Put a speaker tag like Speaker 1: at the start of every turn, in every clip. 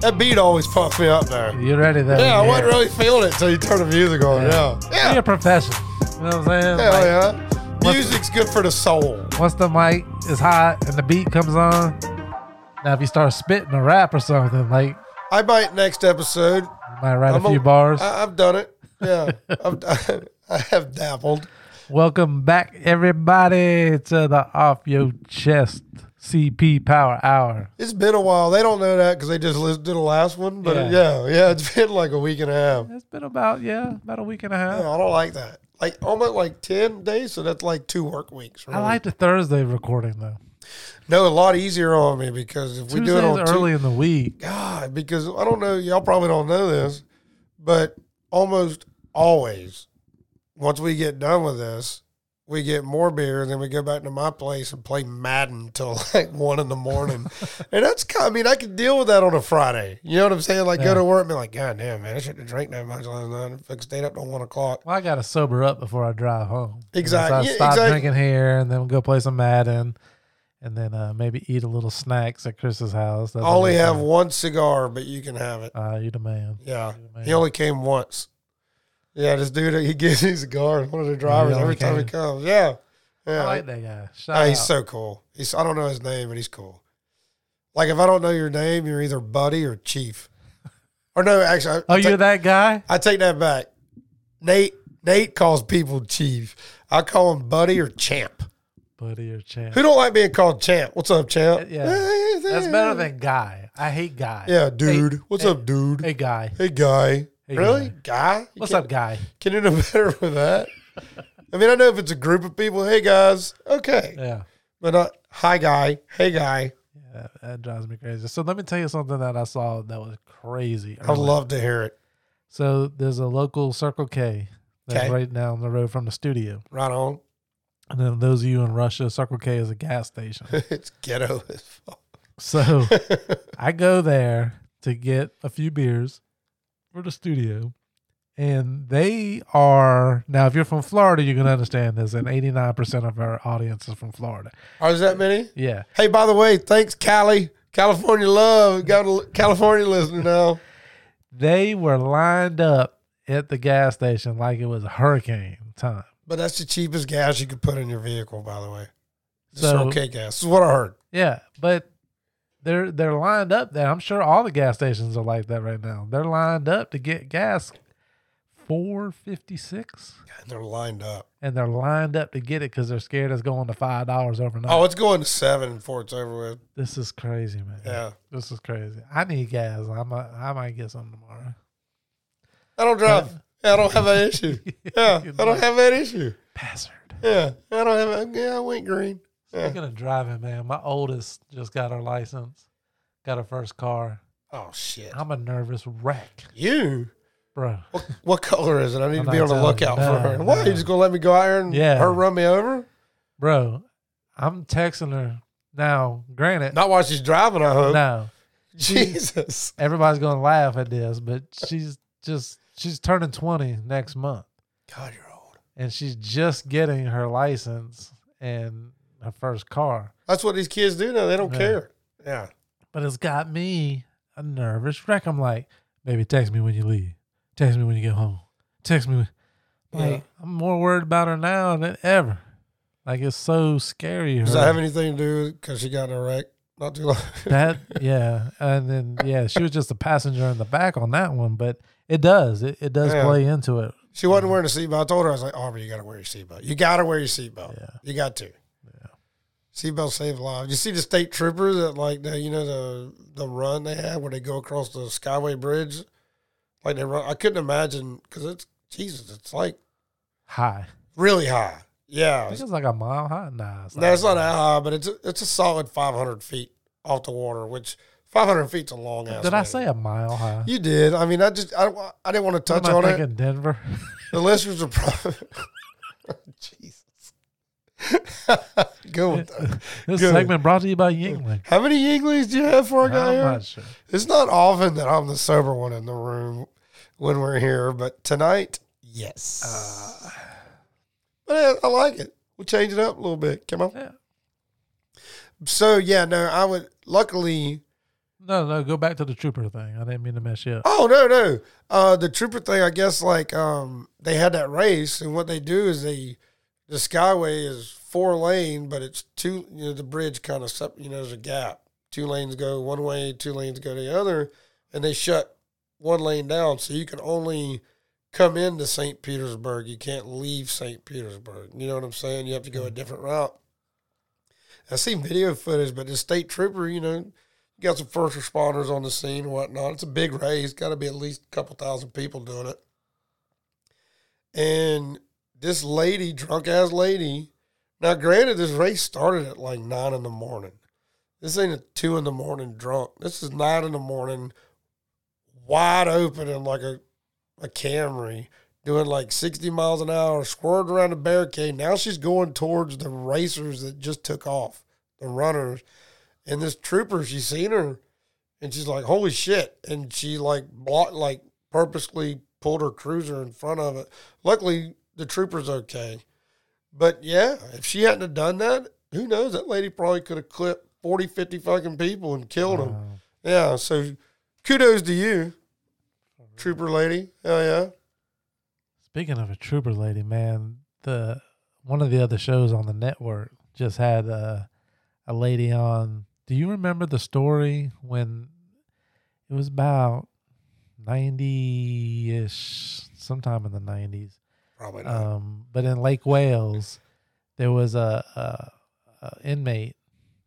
Speaker 1: That beat always pumped me up there.
Speaker 2: You ready there?
Speaker 1: Yeah, I
Speaker 2: what
Speaker 1: wasn't really feeling it until you turned the music on. Yeah.
Speaker 2: Be
Speaker 1: Yeah.
Speaker 2: a professional. You know what I'm saying?
Speaker 1: Hell
Speaker 2: Like,
Speaker 1: yeah. Music's good for the soul.
Speaker 2: Once the mic is hot and the beat comes on, now if you start spitting a rap or something, like
Speaker 1: I might next episode.
Speaker 2: you might write
Speaker 1: I'm
Speaker 2: a
Speaker 1: a-
Speaker 2: few bars.
Speaker 1: I, I've done it. Yeah. I've, I, have dabbled.
Speaker 2: Welcome back, everybody, to the Off Your Chest CP Power Hour.
Speaker 1: It's been a while. They don't know that because they just listened to the last one. But
Speaker 2: Yeah.
Speaker 1: yeah. yeah, it's been like a week and a half.
Speaker 2: It's been about yeah, about a week and a half.
Speaker 1: Yeah, I don't like that. Like almost like ten days, so that's like two work weeks. Really.
Speaker 2: I like the Thursday recording though.
Speaker 1: no a lot easier on me because if we do it
Speaker 2: Tuesdays
Speaker 1: on two-
Speaker 2: early in the week.
Speaker 1: God, because I don't know, y'all probably don't know this, but almost always, once we get done with this, we get more beer, and then we go back to my place and play Madden till like one in the morning. and that's, kind I mean, I can deal with that on a Friday. You know what I'm saying? Like,
Speaker 2: Yeah.
Speaker 1: go to work and be like, God damn, man, I shouldn't have drank that much last night. I stayed up till one o'clock.
Speaker 2: Well, I gotta sober up before I drive home. You know,
Speaker 1: Exact-
Speaker 2: So I
Speaker 1: yeah,
Speaker 2: stop
Speaker 1: exact-
Speaker 2: drinking here, and then we'll go play some Madden, and then uh, maybe eat a little snacks at Chris's house. That's
Speaker 1: I only
Speaker 2: another
Speaker 1: have one cigar, but you can have it.
Speaker 2: thing. Uh, you the man.
Speaker 1: Yeah.
Speaker 2: man.
Speaker 1: He only came once. Yeah, this dude, he gives his cigar. One of the drivers
Speaker 2: only
Speaker 1: every time he
Speaker 2: came.
Speaker 1: comes. Yeah.
Speaker 2: I
Speaker 1: Yeah.
Speaker 2: like that guy. Shout
Speaker 1: Oh,
Speaker 2: out.
Speaker 1: he's so cool. He's I don't know his name, but he's cool. Like if I don't know your name, you're either buddy or chief. Or no, actually, I,
Speaker 2: oh,
Speaker 1: I,
Speaker 2: you're
Speaker 1: take,
Speaker 2: that guy?
Speaker 1: I take that back. Nate Nate calls people chief. I call him buddy or champ.
Speaker 2: Buddy or champ.
Speaker 1: Who don't like being called champ? What's up, champ?
Speaker 2: Yeah. That's better than guy. I hate guy.
Speaker 1: Yeah, dude. What's
Speaker 2: hey,
Speaker 1: up, dude?
Speaker 2: Hey,
Speaker 1: Hey,
Speaker 2: guy.
Speaker 1: guy.
Speaker 2: Hey,
Speaker 1: really, guy? You
Speaker 2: What's
Speaker 1: can't-
Speaker 2: up, guy?
Speaker 1: Can you do better with that? I mean, I know if it's a group of people, hey guys, okay,
Speaker 2: Yeah.
Speaker 1: but not hi guy, hey guy.
Speaker 2: That, that drives me crazy. So let me tell you something that I saw that was crazy.
Speaker 1: I'd
Speaker 2: earlier.
Speaker 1: love to hear it.
Speaker 2: So there's a local Circle K that's
Speaker 1: Okay.
Speaker 2: right down the road from the studio.
Speaker 1: Right on.
Speaker 2: And then those of you in Russia, Circle K is a gas station.
Speaker 1: it's ghetto as fuck.
Speaker 2: so I go there to get a few beers for the studio. And they are now if you're from Florida, you're gonna understand this, and eighty nine percent of our audience is from Florida.
Speaker 1: Are there that many?
Speaker 2: Yeah.
Speaker 1: Hey, by the way, thanks, Cali. California love. We Got a California listener now.
Speaker 2: They were lined up at the gas station like it was hurricane time.
Speaker 1: But that's the cheapest gas you could put in your vehicle, by the way. It's
Speaker 2: So-
Speaker 1: okay gas. This is what I heard.
Speaker 2: Yeah, but they're they're lined up there. I'm sure all the gas stations are like that right now. They're lined up to get gas four fifty six,
Speaker 1: God, they're lined up.
Speaker 2: and they're lined up to get it because they're scared it's going to five dollars overnight.
Speaker 1: Oh, it's going to seven before it's over with.
Speaker 2: This is crazy, man.
Speaker 1: Yeah.
Speaker 2: This is crazy. I need gas. I might I might get some tomorrow.
Speaker 1: I don't drive. Yeah, I don't have that issue. Yeah, I don't have that issue.
Speaker 2: Bastard.
Speaker 1: Yeah, I don't have. Yeah, I went green. Yeah.
Speaker 2: Speaking of driving, man, my oldest just got her license, got her first car.
Speaker 1: Oh shit,
Speaker 2: I'm a nervous wreck,
Speaker 1: you.
Speaker 2: bro.
Speaker 1: What, what color is it? I need
Speaker 2: I'm
Speaker 1: to be
Speaker 2: not
Speaker 1: on the
Speaker 2: telling
Speaker 1: lookout
Speaker 2: you.
Speaker 1: for
Speaker 2: No,
Speaker 1: her. Why
Speaker 2: no.
Speaker 1: you just gonna let me go out here and
Speaker 2: Yeah.
Speaker 1: her run me over?
Speaker 2: Bro, I'm texting her now. Granted,
Speaker 1: Not while she's driving. I hope.
Speaker 2: no,
Speaker 1: Jesus.
Speaker 2: everybody's gonna laugh at this, but she's just she's turning twenty next month,
Speaker 1: God, you're old.
Speaker 2: and she's just getting her license and her first car.
Speaker 1: That's what these kids do now. They don't
Speaker 2: Yeah.
Speaker 1: care. Yeah.
Speaker 2: But it's got me a nervous wreck. I'm like, baby, text me when you leave. Text me when you get home. Text me. When... Like
Speaker 1: Yeah.
Speaker 2: I'm more worried about her now than ever. Like it's so scary.
Speaker 1: Does
Speaker 2: her-
Speaker 1: that have anything to do because she got in a wreck not too long?
Speaker 2: that yeah and then yeah she was just a passenger in the back on that one but it does it, it does
Speaker 1: Yeah.
Speaker 2: play into it
Speaker 1: she wasn't wearing a seatbelt. I told her I was like, Aubrey, you got to wear your seatbelt. You got to wear your seatbelt.
Speaker 2: Yeah.
Speaker 1: You got to. Yeah. Seatbelt saves lives. You see the state troopers that like the you know the the run they have where they go across the Skyway Bridge, like they run. I couldn't imagine because it's Jesus. It's like
Speaker 2: high
Speaker 1: really high.
Speaker 2: i
Speaker 1: Yeah,
Speaker 2: think it's like a mile high nah it's
Speaker 1: No, it's not that high, but it's a, it's a solid 500 feet off the water, which 500 feet's a long ass.
Speaker 2: did i
Speaker 1: lane.
Speaker 2: say a mile high
Speaker 1: You did. I mean, I just I, don't wa- I didn't want to touch
Speaker 2: What am
Speaker 1: on
Speaker 2: I
Speaker 1: it.
Speaker 2: thinking denver
Speaker 1: The listeners are probably Jesus. Good one. though.
Speaker 2: this
Speaker 1: Good.
Speaker 2: segment brought to you by yingling
Speaker 1: How many Yinglings do you have for a
Speaker 2: i'm
Speaker 1: guy here?
Speaker 2: not sure
Speaker 1: It's not often that I'm the sober one in the room when we're here, but tonight, yes. but yeah, I like it. We'll change it up a little bit. Come on.
Speaker 2: yeah
Speaker 1: So yeah, no, I would. Luckily,
Speaker 2: No, no, go back to the trooper thing. I didn't mean to mess you up.
Speaker 1: Oh no, no. Uh, the trooper thing, I guess, like um, they had that race, and what they do is they, the skyway is four lane, but it's two. You know, the bridge kind of sep- you know, there's a gap. Two lanes go one way, two lanes go the other, and they shut one lane down, so you can only come into St. Petersburg. You can't leave St. Petersburg. You know what I'm saying? You have to go a different route. I seen video footage, but the state trooper, you know, you got some first responders on the scene and whatnot. It's a big race. Got to be at least a couple thousand people doing it. And this lady, drunk ass lady, now granted, this race started at like nine in the morning. This ain't a two in the morning drunk. This is nine in the morning, wide open in like a, a Camry, doing like 60 miles an hour, swerved around the barricade. Now she's going towards the racers that just took off, the runners. And this trooper, she's seen her and she's like, holy shit. And she like blocked, like purposely pulled her cruiser in front of it. Luckily, the trooper's okay. But yeah, if she hadn't have done that, who knows? That lady probably could have clipped 40, 50 fucking people and killed them.
Speaker 2: Wow.
Speaker 1: Yeah. So kudos to you, trooper lady. Hell yeah.
Speaker 2: Speaking of a trooper lady, man, the one of the other shows on the network just had a a lady on. Do you remember the story when it was about ninety ish, sometime in the nineties?
Speaker 1: Probably not.
Speaker 2: Um, but in Lake Wales, there was a, a, a inmate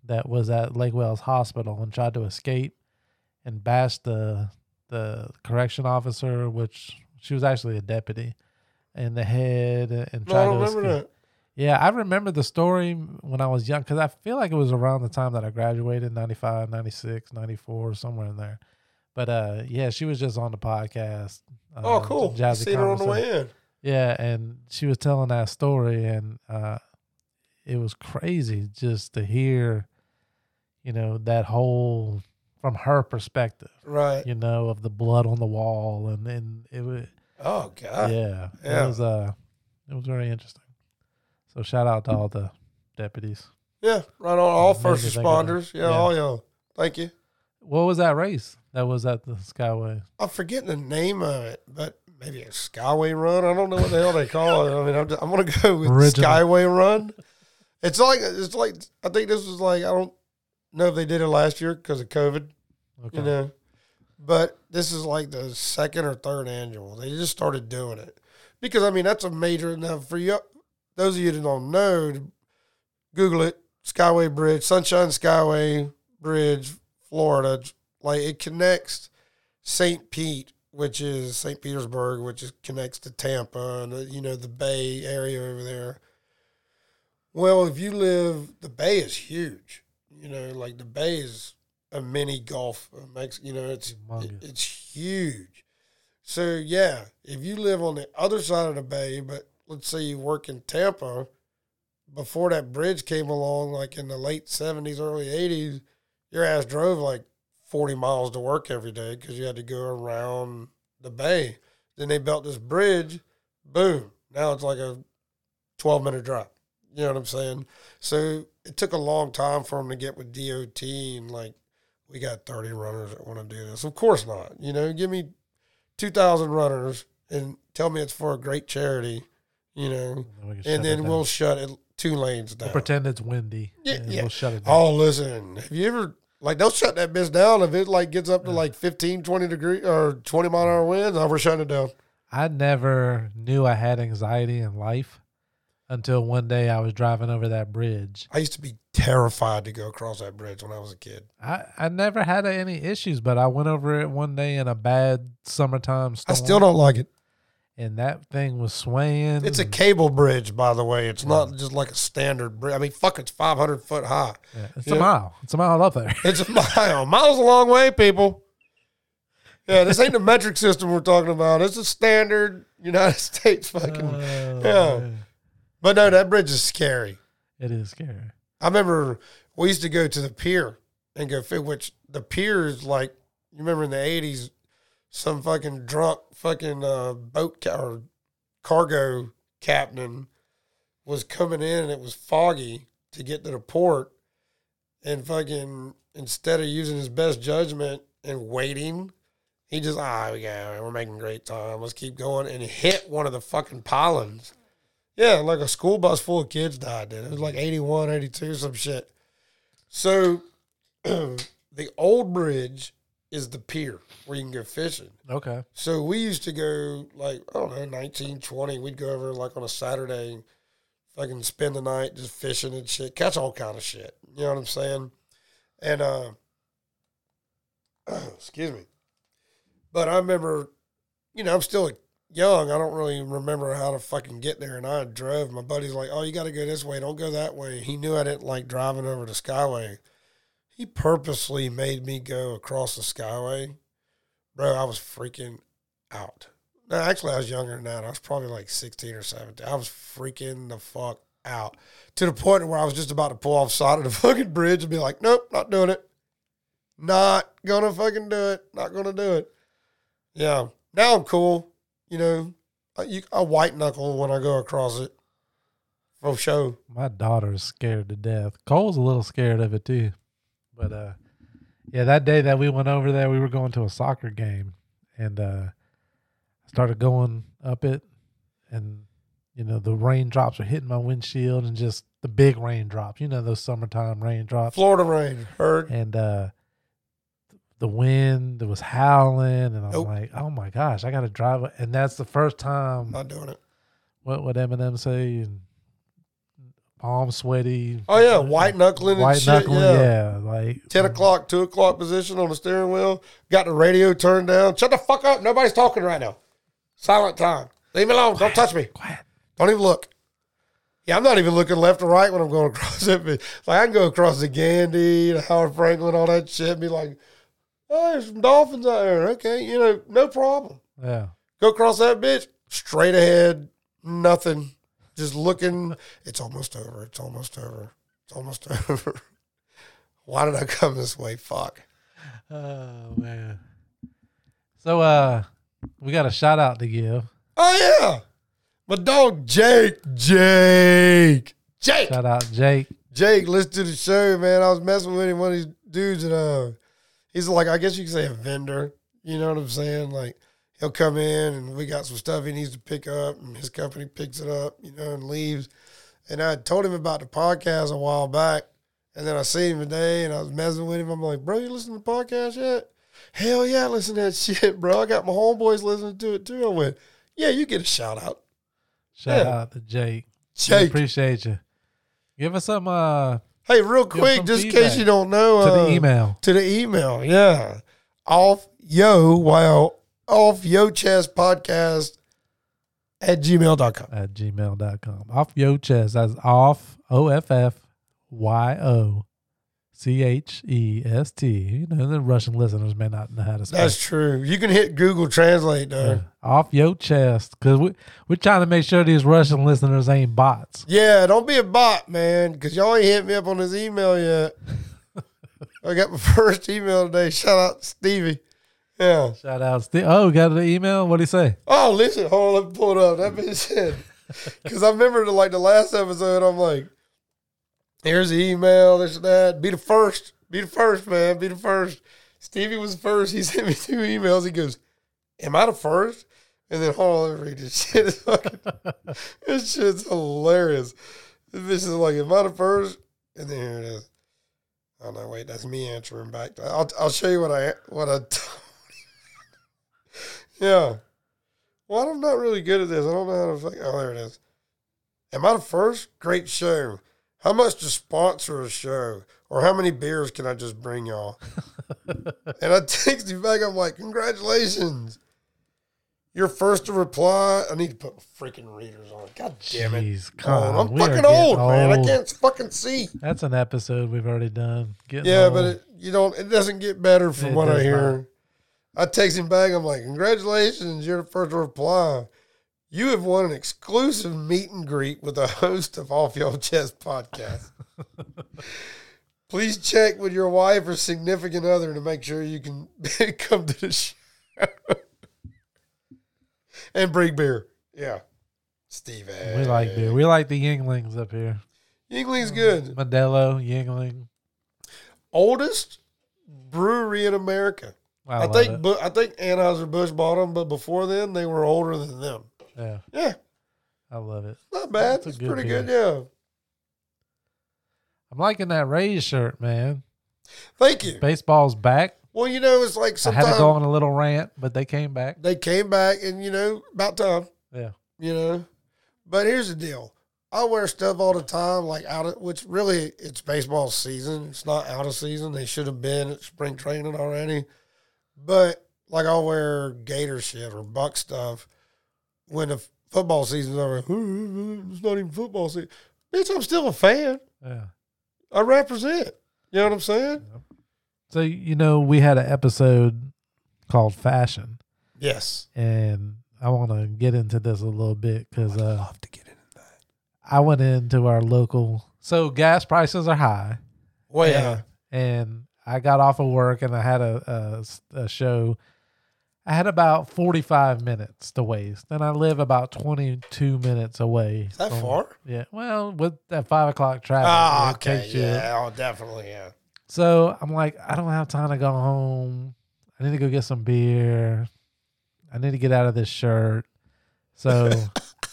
Speaker 2: that was at Lake Wales Hospital and tried to escape and bashed the the correction officer, which she was actually a deputy, in the head and
Speaker 1: no, I
Speaker 2: tried
Speaker 1: don't
Speaker 2: to
Speaker 1: remember
Speaker 2: escape.
Speaker 1: that.
Speaker 2: Yeah, I remember the story when I was young because I feel like it was around the time that I graduated 95, 96, 94, somewhere in there. But uh, yeah, she was just on the podcast.
Speaker 1: Oh,
Speaker 2: um,
Speaker 1: cool. You
Speaker 2: Jazzy
Speaker 1: seen her on the
Speaker 2: Conversation.
Speaker 1: way in.
Speaker 2: Yeah, and she was telling that story, and uh, it was crazy just to hear, you know, that whole from her perspective,
Speaker 1: Right.
Speaker 2: you know, of the blood on the wall, and and it was
Speaker 1: Oh, God.
Speaker 2: yeah,
Speaker 1: yeah.
Speaker 2: it was uh, it was very interesting. So shout out to all the deputies.
Speaker 1: Yeah, right on. All
Speaker 2: Made
Speaker 1: first
Speaker 2: me think of that.
Speaker 1: responders. Yeah,
Speaker 2: Yeah.
Speaker 1: all y'all. Thank you.
Speaker 2: What was that race that was at the Skyway?
Speaker 1: I'm forgetting the name of it, but maybe a Skyway Run. I don't know what the hell they call it. I mean, I'm, just, I'm gonna go with
Speaker 2: Original.
Speaker 1: Skyway Run. It's like it's like I think this was like I don't know if they did it last year because of COVID,
Speaker 2: Okay,
Speaker 1: you know. But this is like the second or third annual. They just started doing it because I mean that's a major. Now for you, those of you that don't know, Google it. Skyway Bridge, Sunshine Skyway Bridge, Florida. Like it connects St. Pete, which is St. Petersburg, which is connects to Tampa and uh, you know the Bay area over there. Well, if you live, the Bay is huge. You know, like the Bay is a mini Gulf of Mexico. You know, it's
Speaker 2: Humongous.
Speaker 1: it's huge. So yeah, if you live on the other side of the Bay, but let's say you work in Tampa, before that bridge came along, like in the late seventies, early eighties, your ass drove like 40 miles to work every day because you had to go around the bay. Then they built this bridge. Boom. Now it's like a 12 minute drive. You know what I'm saying? So it took a long time for them to get with DOT and like, we got 30 runners that want to do this. Of course not. You know, give me 2,000 runners and tell me it's for a great charity, you know,
Speaker 2: then we can shut
Speaker 1: and
Speaker 2: it
Speaker 1: then
Speaker 2: down.
Speaker 1: we'll shut it two lanes
Speaker 2: We'll
Speaker 1: down.
Speaker 2: pretend it's windy.
Speaker 1: Yeah,
Speaker 2: and
Speaker 1: yeah.
Speaker 2: We'll shut it down.
Speaker 1: Oh, listen. Have you ever like they'll shut that bitch down if it like gets up to like 15, 20 degree or 20 mile an hour winds, oh, we're shutting it down.
Speaker 2: I never knew I had anxiety in life until one day I was driving over that bridge.
Speaker 1: I used to be terrified to go across that bridge when I was a kid.
Speaker 2: I, I never had any issues, but I went over it one day in a bad summertime
Speaker 1: I
Speaker 2: storm.
Speaker 1: still don't like it.
Speaker 2: And that thing was swaying.
Speaker 1: It's a
Speaker 2: and-
Speaker 1: cable bridge, by the way. It's not just like a standard bridge. I mean, fuck, it's 500 foot high.
Speaker 2: yeah, it's
Speaker 1: yeah.
Speaker 2: a mile. It's a mile up there.
Speaker 1: It's a mile. Miles a long way, people. Yeah, this ain't the metric system we're talking about. It's a standard United States fucking. yeah.
Speaker 2: man.
Speaker 1: But no, that bridge is scary.
Speaker 2: It is scary.
Speaker 1: I remember we used to go to the pier and go fit, which the pier is like, you remember in the 80s, some fucking drunk fucking uh, boat ca- or cargo captain was coming in and it was foggy to get to the port. And fucking, instead of using his best judgment and waiting, he just ah we go we're making great time. Let's keep going and hit one of the fucking pylons. Yeah, like a school bus full of kids died. Dude. It was like 81, 82, some shit. So the old bridge is the pier where you can go fishing.
Speaker 2: Okay.
Speaker 1: So we used to go like I don't know, nineteen twenty. We'd go over like on a Saturday, and fucking spend the night just fishing and shit, catch all kind of shit. You know what I'm saying? And uh, excuse me, but I remember, you know, I'm still young. I don't really remember how to fucking get there, and I drove. My buddy's like, "Oh, you got to go this way. Don't go that way." He knew I didn't like driving over the Skyway. He purposely made me go across the Skyway bro, I was freaking out. No, actually, I was younger than that. I was probably like 16 or 17. I was freaking the fuck out to the point where I was just about to pull off side of the fucking bridge and be like, nope, not doing it. Not gonna fucking do it. Not gonna do it. Yeah. Now I'm cool. You know, I, you, I white knuckle when I go across it for sure.
Speaker 2: My daughter's scared to death. Cole's a little scared of it too. But, uh, yeah, that day that we went over there, we were going to a soccer game, and uh, I started going up it, and you know the raindrops were hitting my windshield, and just the big raindrops, you know those summertime raindrops,
Speaker 1: Florida rain, heard.
Speaker 2: and uh, the wind that was howling, and I'm
Speaker 1: Nope.
Speaker 2: like, oh my gosh, I got to drive, a-" and that's the first time.
Speaker 1: Not doing it.
Speaker 2: What would Eminem say? And palm sweaty.
Speaker 1: Oh, yeah. White knuckling and
Speaker 2: White
Speaker 1: shit.
Speaker 2: knuckling,
Speaker 1: yeah.
Speaker 2: yeah. Like
Speaker 1: 10 o'clock, 2 o'clock position on the steering wheel. Got the radio turned down. Shut the fuck up. Nobody's talking right now. Silent time. Leave me alone. Don't touch me.
Speaker 2: Quiet.
Speaker 1: Don't even look. Yeah, I'm not even looking left or right when I'm going across it. But like I can go across the Gandhi, the Howard Franklin, all that shit, and be like, oh, there's some dolphins out there. Okay, you know, no problem.
Speaker 2: Yeah.
Speaker 1: Go across that bitch, straight ahead, nothing. Just looking. It's almost over. It's almost over. It's almost over. Why did I come this way? Fuck.
Speaker 2: Oh man. So uh we got a shout out to give.
Speaker 1: Oh yeah, my dog Jake, Jake, Jake,
Speaker 2: Shout out Jake.
Speaker 1: Jake. Listen to the show, man. I was messing with him, one of these dudes, and uh, he's like, I guess you could say a vendor. You know what I'm saying? Like he'll come in, and we got some stuff he needs to pick up, and his company picks it up, you know, and leaves. And I told him about the podcast a while back, and then I seen him today, and I was messing with him. I'm like, bro, you listen to the podcast yet? Hell yeah, I listen to that shit, bro. I got my homeboys listening to it too. I went, yeah, you get a shout out.
Speaker 2: Shout
Speaker 1: Yeah.
Speaker 2: out to Jake. We
Speaker 1: Jake.
Speaker 2: appreciate you. Give us some uh
Speaker 1: Hey, real quick,
Speaker 2: some
Speaker 1: just in
Speaker 2: feedback
Speaker 1: case you don't know,
Speaker 2: to
Speaker 1: uh,
Speaker 2: the email.
Speaker 1: to the email, yeah, off yo wow off yo chest podcast at gmail.com.
Speaker 2: At gmail.com. Off yo chest. That's off O F F Y O C H E S T. You know, the Russian listeners may not know how to spell
Speaker 1: That's true. You can hit Google Translate
Speaker 2: Yeah.
Speaker 1: though.
Speaker 2: Off your chest. Cause we we're trying to make sure these Russian listeners ain't bots.
Speaker 1: Yeah, don't be a bot, man, because y'all ain't hit me up on this email yet. I got my first email today. Shout out to Stevie. Yeah.
Speaker 2: Shout out Steve. Oh, we got an email? What'd he say?
Speaker 1: Oh, listen, hold on, let me pull it up. That bitch said, because I remember the, like the last episode, I'm like, here's the email, this and that. Be the first, be the first, man, be the first. Stevie was first. He sent me two emails. He goes, "Am I the first? And then hold on, let me read this shit. It's fucking, this shit's hilarious. This bitch is like, "Am I the first? And then here it is. Oh no, wait, that's me answering back. I'll I'll show you what I what I. T- yeah. Well, I'm not really good at this. I don't know how to. fuck- Oh, there it is. Am I the first? Great show. How much to sponsor a show, or how many beers can I just bring y'all? and I text you back. I'm like, congratulations. You're first to reply. I need to put freaking readers on. God damn it.
Speaker 2: Jeez,
Speaker 1: Oh,
Speaker 2: God,
Speaker 1: I'm
Speaker 2: we are
Speaker 1: fucking
Speaker 2: getting
Speaker 1: old, man. I
Speaker 2: old.
Speaker 1: can't fucking see.
Speaker 2: That's an episode we've already done. Getting
Speaker 1: Yeah,
Speaker 2: old.
Speaker 1: but it, you don't. It doesn't get better from
Speaker 2: It
Speaker 1: what I
Speaker 2: does
Speaker 1: hear. I text him back. I'm like, "Congratulations, you're the first to reply. You have won an exclusive meet and greet with the host of Off Your Chest podcast. Please check with your wife or significant other to make sure you can come to the show and bring beer. Yeah, Steve.
Speaker 2: we like beer. We like the Yinglings up here.
Speaker 1: Yingling's good.
Speaker 2: Modelo, Yingling.
Speaker 1: Oldest brewery in America.
Speaker 2: I,
Speaker 1: I,
Speaker 2: love
Speaker 1: think
Speaker 2: it.
Speaker 1: Bu- I think Anheuser Busch bought them, but before then they were older than them.
Speaker 2: yeah,
Speaker 1: Yeah,
Speaker 2: I love it.
Speaker 1: not bad.
Speaker 2: That's a
Speaker 1: it's
Speaker 2: good
Speaker 1: pretty
Speaker 2: beer.
Speaker 1: good. Yeah,
Speaker 2: I'm liking that Rays shirt, man.
Speaker 1: thank you.
Speaker 2: Baseball's back.
Speaker 1: Well, you know, it's like
Speaker 2: I had to go
Speaker 1: sometimes
Speaker 2: on a little rant, but they came back.
Speaker 1: they came back, and you know, about time.
Speaker 2: Yeah.
Speaker 1: you know. But here's the deal: I wear stuff all the time, like out of which really it's baseball season. It's not out of season. They should have been at spring training already. But like I'll wear Gator shit or Buck stuff when the football season's over. It's not even football season, bitch. I'm still a fan.
Speaker 2: Yeah.
Speaker 1: I represent. You know what I'm saying?
Speaker 2: So you know, we had an episode called Fashion,
Speaker 1: Yes.
Speaker 2: and I want to get into this a little bit because uh,
Speaker 1: to get into that.
Speaker 2: I went into our local. So gas prices are high.
Speaker 1: Well, Oh, yeah.
Speaker 2: Yeah. and I got off of work and I had a, a, a show. I had about 45 minutes to waste, and I live about 22 minutes away.
Speaker 1: Is that
Speaker 2: from-
Speaker 1: far?
Speaker 2: Yeah. Well, with that five o'clock traffic.
Speaker 1: Oh,
Speaker 2: it
Speaker 1: okay.
Speaker 2: takes you-
Speaker 1: Yeah. Oh, definitely. Yeah.
Speaker 2: So I'm like, I don't have time to go home. I need to go get some beer. I need to get out of this shirt. So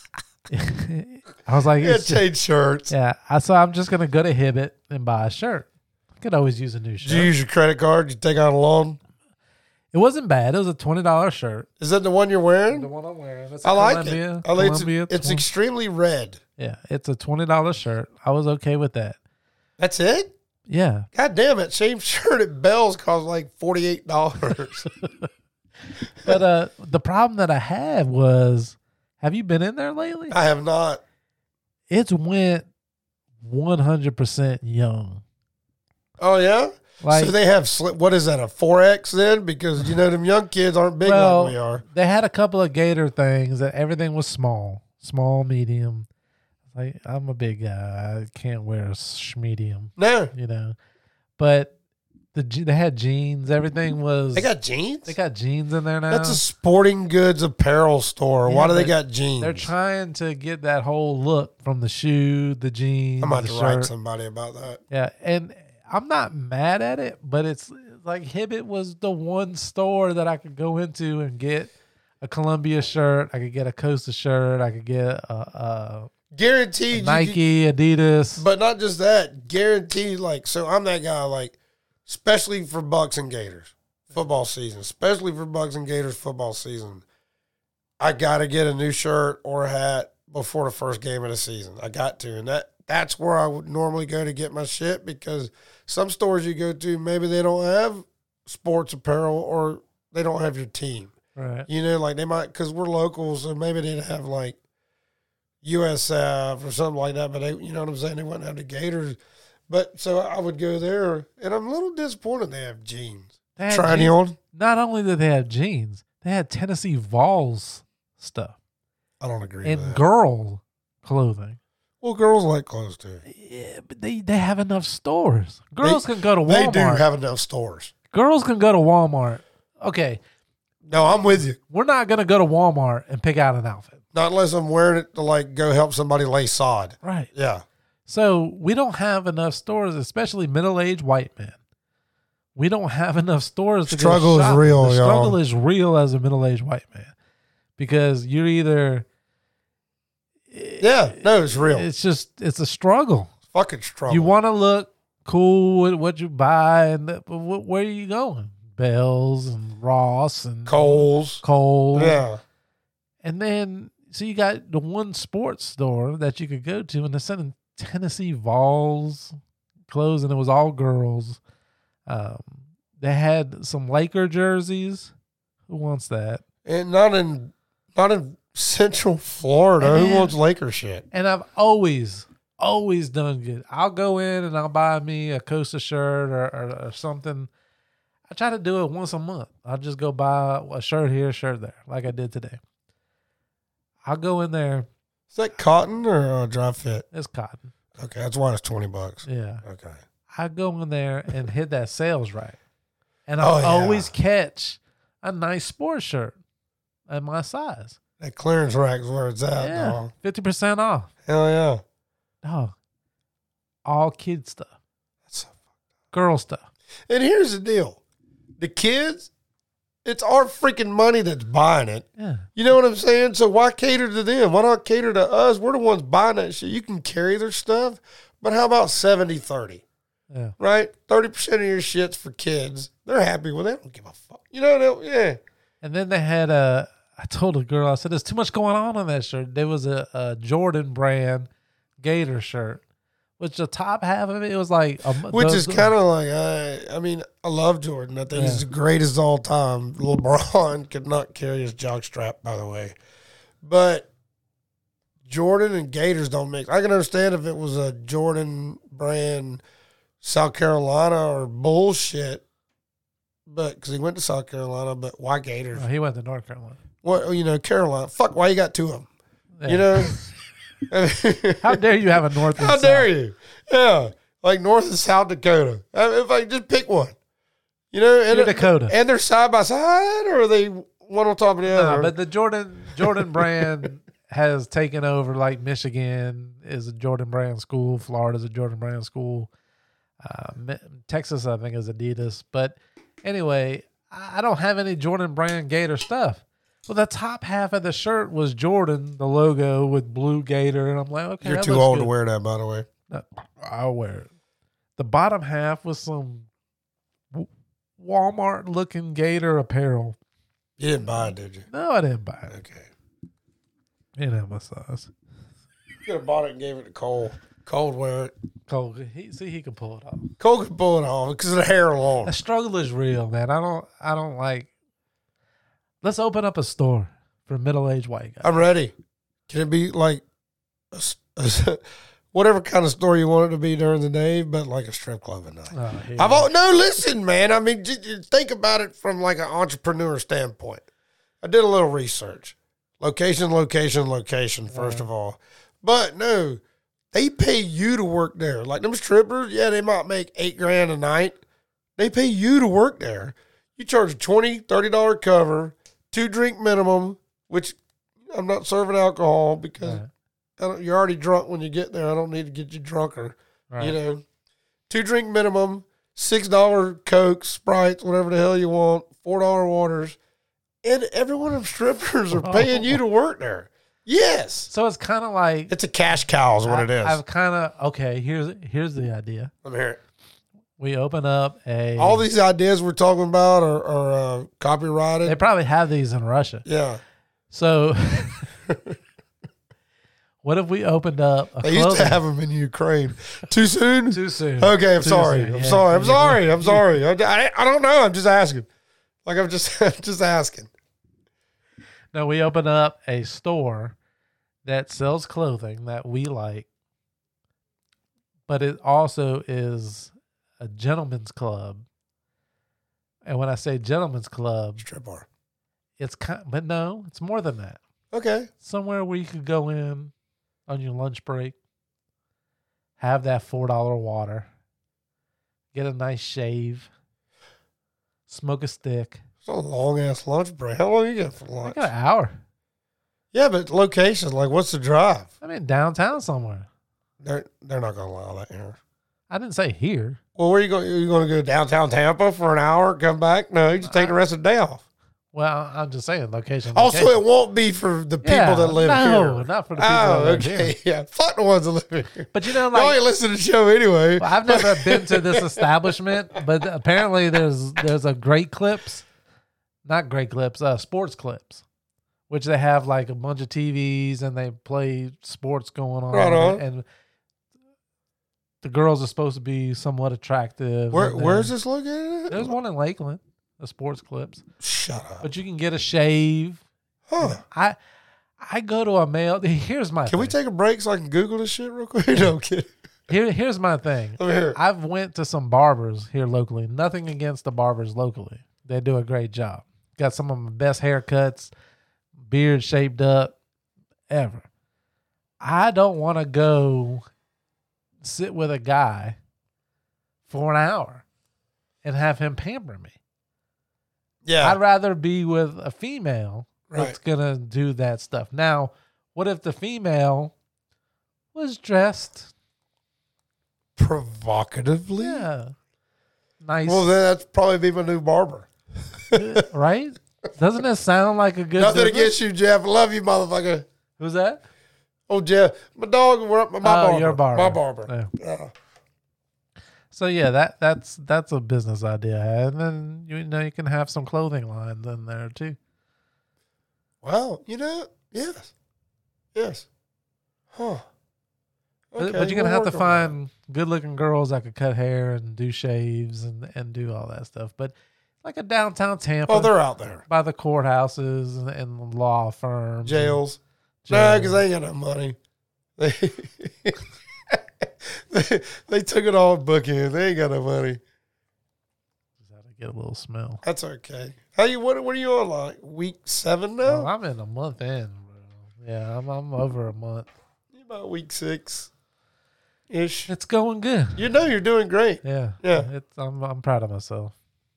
Speaker 2: I was like,
Speaker 1: Yeah.
Speaker 2: it's just-
Speaker 1: Change shirts.
Speaker 2: yeah. I so I'm just gonna go to Hibbit and buy a shirt. I could always use a new shirt.
Speaker 1: Did you use your credit card? Did you take out a loan?
Speaker 2: It wasn't bad. It was a twenty dollar shirt.
Speaker 1: Is that the one you're
Speaker 2: The
Speaker 1: wearing?
Speaker 2: one I'm wearing. It's a
Speaker 1: I like
Speaker 2: Columbia,
Speaker 1: it. I like
Speaker 2: Columbia
Speaker 1: it's, it's
Speaker 2: 20
Speaker 1: extremely red.
Speaker 2: yeah, it's a twenty dollar shirt. I was okay with that.
Speaker 1: That's it.
Speaker 2: Yeah,
Speaker 1: God damn it! Same shirt at Bell's cost like forty eight dollars.
Speaker 2: but uh, the problem that I had was, have you been in there lately?
Speaker 1: I have not.
Speaker 2: It's went one hundred percent young.
Speaker 1: Oh yeah.
Speaker 2: Like
Speaker 1: so they have sli- what is that a four X then? Because you know them young kids aren't big
Speaker 2: Well,
Speaker 1: like we are.
Speaker 2: they had a couple of gator things that everything was small, small, medium. Like I'm a big guy. I can't wear a sh- medium.
Speaker 1: No,
Speaker 2: you know. But the je- they had jeans. Everything was
Speaker 1: they got jeans.
Speaker 2: they got uh, jeans in there now.
Speaker 1: That's a sporting goods apparel store.
Speaker 2: Yeah,
Speaker 1: Why do they
Speaker 2: but
Speaker 1: got jeans?
Speaker 2: They're trying to get that whole look from the shoe, the jeans,
Speaker 1: I'm about
Speaker 2: the
Speaker 1: to write
Speaker 2: shirt.
Speaker 1: somebody about that.
Speaker 2: Yeah, and I'm not mad at it, but it's like Hibbit was the one store that I could go into and get a Columbia shirt. I could get a Costa shirt. I could get a, a
Speaker 1: Guaranteed, you could-
Speaker 2: Nike, Adidas.
Speaker 1: But not just that, guaranteed. Like, so I'm that guy. Like, especially for Bucks and Gators football season, especially for Bucks and Gators football season, I gotta get a new shirt or a hat before the first game of the season. I got to, and that that's where I would normally go to get my shit because some stores you go to maybe they don't have sports apparel or they don't have your team.
Speaker 2: right.
Speaker 1: You know, like they might because we're locals, so maybe they'd have like USF or something like that. But they, you know what I'm saying, they wouldn't have the Gators. But so I would go there, and I'm a little disappointed they have jeans.
Speaker 2: They had
Speaker 1: Trying
Speaker 2: jeans.
Speaker 1: on?
Speaker 2: Not only did they have jeans, they had Tennessee Vols stuff.
Speaker 1: I don't agree. with
Speaker 2: and
Speaker 1: that.
Speaker 2: girl clothing.
Speaker 1: well, girls like clothes too.
Speaker 2: Yeah, but they, they have enough stores. Girls can go to
Speaker 1: They
Speaker 2: Walmart.
Speaker 1: do have enough stores.
Speaker 2: Girls can go to Walmart. Okay,
Speaker 1: No, I'm with you.
Speaker 2: we're not gonna go to Walmart and pick out an outfit,
Speaker 1: Not unless I'm wearing it to like go help somebody lay sod.
Speaker 2: right?
Speaker 1: Yeah,
Speaker 2: So we don't have enough stores, especially middle-aged white men. We don't have enough stores. To
Speaker 1: Struggle
Speaker 2: go
Speaker 1: is
Speaker 2: shopping.
Speaker 1: real,
Speaker 2: The
Speaker 1: y'all.
Speaker 2: struggle is real as a middle-aged white man, because you're either
Speaker 1: yeah. No, it's real.
Speaker 2: it's just it's a struggle.
Speaker 1: Fucking strong.
Speaker 2: You want to look cool with what you buy, and the, but wh- where are you going? Bells and Ross and
Speaker 1: Coles?
Speaker 2: Kohl.
Speaker 1: Yeah.
Speaker 2: and then so you got the one sports store that you could go to, and they're sending Tennessee Vols clothes, and it was all girls. Um, they had some Laker jerseys. Who wants that?
Speaker 1: And not in not in Central Florida. Who
Speaker 2: Man.
Speaker 1: wants Laker shit?
Speaker 2: And I've always, always done good. I'll go in and I'll buy me a Costa shirt or, or, or something. I try to do it once a month. I'll just go buy a shirt here, a shirt there, like I did today. I'll go in there.
Speaker 1: Is that cotton or uh, dry fit?
Speaker 2: It's cotton.
Speaker 1: Okay, that's why it's twenty bucks.
Speaker 2: Yeah.
Speaker 1: Okay,
Speaker 2: I go in there and hit that sales right. And
Speaker 1: Oh,
Speaker 2: I'll
Speaker 1: yeah.
Speaker 2: always catch a nice sports shirt at my size.
Speaker 1: that clearance rack's where it's at.
Speaker 2: yeah.
Speaker 1: dog.
Speaker 2: 50% off.
Speaker 1: Hell yeah,
Speaker 2: Oh. All kid stuff,
Speaker 1: that's so,
Speaker 2: girl stuff.
Speaker 1: And here's the deal the kids, it's our freaking money that's buying it.
Speaker 2: Yeah.
Speaker 1: You know what I'm saying? So why cater to them? Why not cater to us? We're the ones buying that shit. You can carry their stuff, but how about 70 30?
Speaker 2: Yeah.
Speaker 1: Right? 30% of your shit's for kids. They're happy with it. They don't give a fuck. You know, they- yeah.
Speaker 2: And then they had a. I told a girl, I said, "There's too much going on in that shirt." There was a, a Jordan brand Gator shirt, which the top half of it, it was like, a,
Speaker 1: Which is kind of like, I, I mean, I love Jordan. I think he's the greatest all time. LeBron could not carry his jock strap, by the way. But Jordan and Gators don't mix. I can understand if it was a Jordan brand, South Carolina or bullshit, but because he went to South Carolina, but why Gators?
Speaker 2: Oh, he went to North Carolina.
Speaker 1: What, you know, Carolina. Fuck, why you got two of them?
Speaker 2: Yeah.
Speaker 1: You know? I mean-
Speaker 2: how dare you have a North? and
Speaker 1: how
Speaker 2: South?
Speaker 1: dare you? Yeah, like North and South Dakota. I mean, if I just pick one, you know, and
Speaker 2: You're Dakota.
Speaker 1: and they're side by side, or are they one on top of the
Speaker 2: Nah,
Speaker 1: other?
Speaker 2: Uh, but the Jordan Jordan brand has taken over. Like Michigan is a Jordan brand school. Florida's a Jordan brand school. Uh, Mi- Texas, I think, is Adidas. But anyway, I I don't have any Jordan brand Gator stuff. Well, the top half of the shirt was Jordan, the logo with blue Gator, and I'm like, okay,
Speaker 1: You're
Speaker 2: that
Speaker 1: too
Speaker 2: looks
Speaker 1: old
Speaker 2: good.
Speaker 1: to wear that, by the way.
Speaker 2: No, I'll wear it. The bottom half was some w- Walmart looking Gator apparel.
Speaker 1: You didn't buy it, did you?
Speaker 2: No, I didn't buy it.
Speaker 1: Okay,
Speaker 2: You know my size.
Speaker 1: you could have bought it and gave it to Cole. Cole would wear it.
Speaker 2: Cole, he see he can pull it off.
Speaker 1: Cole could pull it off because of the hair alone.
Speaker 2: The struggle is real, man. I don't I don't like. Let's open up a store for middle aged white guys.
Speaker 1: I'm ready. Can it be like a s- a s- whatever kind of store you want it to be during the day, but like a strip club at night?
Speaker 2: Oh, here
Speaker 1: I've
Speaker 2: you
Speaker 1: all, no listen, man. I mean, j- j- think about it from like an entrepreneur standpoint. I did a little research. Location, location, location. First of all, but no, they pay you to work there. Like them strippers, yeah, they might make eight grand a night. They pay you to work there. You charge a $20, $30 cover, two drink minimum, which I'm not serving alcohol
Speaker 2: go.
Speaker 1: because I don't, you're already drunk when you get there. I don't need to get you drunker
Speaker 2: Right,
Speaker 1: you
Speaker 2: right.
Speaker 1: know, two drink minimum, six dollar Coke, Sprites, whatever the hell you want, four dollar waters, and every one of them strippers are paying you to work there. Yes,
Speaker 2: So it's kind of like
Speaker 1: it's a cash cow, is what it is.
Speaker 2: I, have kind of okay. Here's here's the idea.
Speaker 1: I'm here.
Speaker 2: We open up a.
Speaker 1: All these ideas we're talking about are, are uh, copyrighted.
Speaker 2: They probably have these in Russia.
Speaker 1: yeah,
Speaker 2: So. What if we opened up a
Speaker 1: they used to
Speaker 2: clothing-
Speaker 1: have them in Ukraine. Too soon.
Speaker 2: too soon?
Speaker 1: Okay, I'm
Speaker 2: Too
Speaker 1: sorry.
Speaker 2: soon,
Speaker 1: I'm
Speaker 2: yeah.
Speaker 1: sorry. I'm
Speaker 2: You-
Speaker 1: sorry. I'm sorry. I, I, I don't know. I'm just asking. Like I'm just I'm just asking.
Speaker 2: No, we open up a store that sells clothing that we like, but it also is a gentleman's club. And when I say gentleman's club,
Speaker 1: Strip bar.
Speaker 2: it's kind, but no, it's more than that.
Speaker 1: Okay.
Speaker 2: Somewhere where you could go in on your lunch break, have that four dollar water, get a nice shave, smoke a stick.
Speaker 1: It's a long ass lunch break. How long you got for lunch?
Speaker 2: I got an hour.
Speaker 1: Yeah, but location, like, what's the drive?
Speaker 2: I mean, downtown somewhere.
Speaker 1: They're they're not gonna allow that here.
Speaker 2: I didn't say here.
Speaker 1: Well, where you going? You going to go downtown Tampa for an hour, come back? No, you just take the rest of the day off.
Speaker 2: Well, I'm just saying location.
Speaker 1: Also,
Speaker 2: location.
Speaker 1: it won't be for the people
Speaker 2: Yeah,
Speaker 1: that live
Speaker 2: no,
Speaker 1: here.
Speaker 2: not for the people that
Speaker 1: Oh,
Speaker 2: live
Speaker 1: okay, yeah, fuck the ones that live here.
Speaker 2: but you know,
Speaker 1: Y'all ain't
Speaker 2: like
Speaker 1: listen to the show anyway.
Speaker 2: well, I've never been to this establishment, but apparently there's there's a great clips, not great clips, uh, sports clips, which they have like a bunch of TVs and they play sports going on,
Speaker 1: Right on.
Speaker 2: and the girls are supposed to be somewhat attractive.
Speaker 1: Where
Speaker 2: and then-
Speaker 1: where's this located?
Speaker 2: There's
Speaker 1: at?
Speaker 2: one in Lakeland, the sports clips,
Speaker 1: Shut up.
Speaker 2: but you can get a shave.
Speaker 1: Huh?
Speaker 2: I I go to a male. Here's my
Speaker 1: Can we
Speaker 2: thing.
Speaker 1: take a break so I can Google this shit real quick? No I'm kidding.
Speaker 2: Here, here's my thing.
Speaker 1: Over here.
Speaker 2: I've went to some barbers here locally. Nothing against the barbers locally. They do a great job. Got some of my best haircuts, beard shaped up ever. I don't want to go sit with a guy for an hour and have him pamper me.
Speaker 1: Yeah,
Speaker 2: I'd rather be with a female that's
Speaker 1: right.
Speaker 2: gonna do that stuff. Now, what if the female was dressed
Speaker 1: Provocatively.
Speaker 2: Yeah. nice, uh,
Speaker 1: Well, then that's probably be my new barber.
Speaker 2: right? Doesn't that sound like a good?
Speaker 1: Nothing
Speaker 2: business?
Speaker 1: against you, Jeff. Love you, motherfucker.
Speaker 2: Who's that?
Speaker 1: Oh, Jeff, my dog. We're up my, my
Speaker 2: oh,
Speaker 1: barber.
Speaker 2: your barber.
Speaker 1: My barber. Uh,
Speaker 2: Yeah.
Speaker 1: Yeah.
Speaker 2: So yeah, that that's that's a business idea, I had. and then you know you can have some clothing lines in there too.
Speaker 1: Well, you know, yes, yes. Huh.
Speaker 2: But-
Speaker 1: Okay,
Speaker 2: but you're gonna
Speaker 1: we'll
Speaker 2: have to
Speaker 1: work on
Speaker 2: find good-looking girls that could cut hair and do shaves and and do all that stuff. But like a downtown Tampa,
Speaker 1: that. Oh, they're out there.
Speaker 2: by the courthouses and, and law firms,
Speaker 1: Jails.
Speaker 2: and
Speaker 1: No,
Speaker 2: jails.
Speaker 1: because they ain't got no money. They, they they took it all bookend. They ain't got no money.
Speaker 2: Just had to get a little smell.
Speaker 1: That's okay. How you what what are you on like week seven now?
Speaker 2: Well, Oh, I'm in a month in. Bro. Yeah, I'm I'm over a month.
Speaker 1: you about week six ish.
Speaker 2: It's going good.
Speaker 1: You know you're doing great.
Speaker 2: Yeah,
Speaker 1: Yeah.
Speaker 2: It's I'm I'm proud of myself.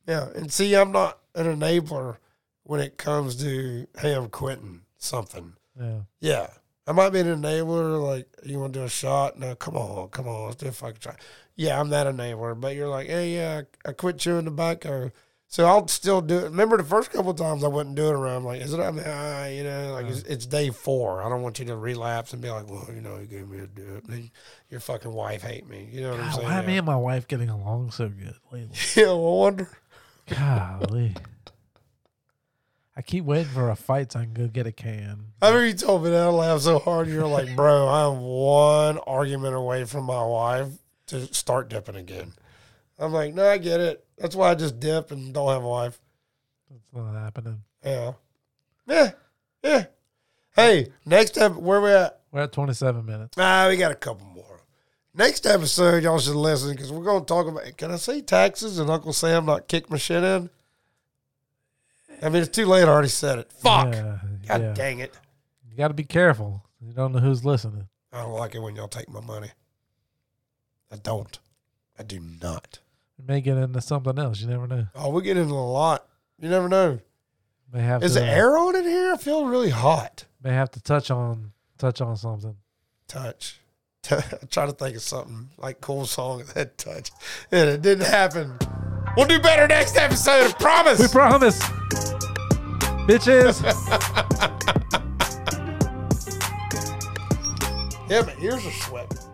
Speaker 1: Yeah. And see, I'm not an enabler when it comes to hey, I'm quitting something.
Speaker 2: Yeah.
Speaker 1: Yeah. I might be an enabler, like, you want to do a shot? No, come on, come on, let's do a fucking shot. Yeah, I'm that enabler. But you're like, hey, yeah, I quit chewing tobacco. So I'll still do it. Remember the first couple of times I wouldn't do it around, like, is it, I mean, ah, you know, like,
Speaker 2: Uh-huh.
Speaker 1: it's, it's day four. I don't want you to relapse and be like, well, you know, you gave me a do it. Then your fucking wife hate me. You know what I'm
Speaker 2: God,
Speaker 1: saying?
Speaker 2: why me and my wife getting along so good lately?
Speaker 1: Yeah, I wonder.
Speaker 2: Golly. I keep waiting for a fight so I can go get a can.
Speaker 1: I mean, you told me that I laughed so hard. You're like, bro, I'm one argument away from my wife to start dipping again. I'm like, no, I get it. That's why I just dip and don't have a wife.
Speaker 2: That's not happening.
Speaker 1: Yeah. Yeah. Yeah. Hey, next episode, where we at?
Speaker 2: We're at 27 minutes.
Speaker 1: Ah, we got a couple more. Next episode, y'all should listen because we're going to talk about. Can I say taxes and Uncle Sam not kick my shit in? I mean, it's too late. I already said it. Fuck.
Speaker 2: Yeah,
Speaker 1: God
Speaker 2: yeah.
Speaker 1: dang it.
Speaker 2: You got to be careful. You don't know who's listening.
Speaker 1: I don't like it when y'all take my money. I don't. I do not.
Speaker 2: You may get into something else. You never know.
Speaker 1: Oh, we get into a lot. You never know.
Speaker 2: May have
Speaker 1: Is
Speaker 2: to,
Speaker 1: the
Speaker 2: uh,
Speaker 1: air on in here? I feel really hot.
Speaker 2: May have to touch on touch on something.
Speaker 1: Touch. I try to think of something like cool song that had touch, and it didn't happen. We'll do better next episode. I promise.
Speaker 2: We promise, bitches.
Speaker 1: yeah, my ears are sweating.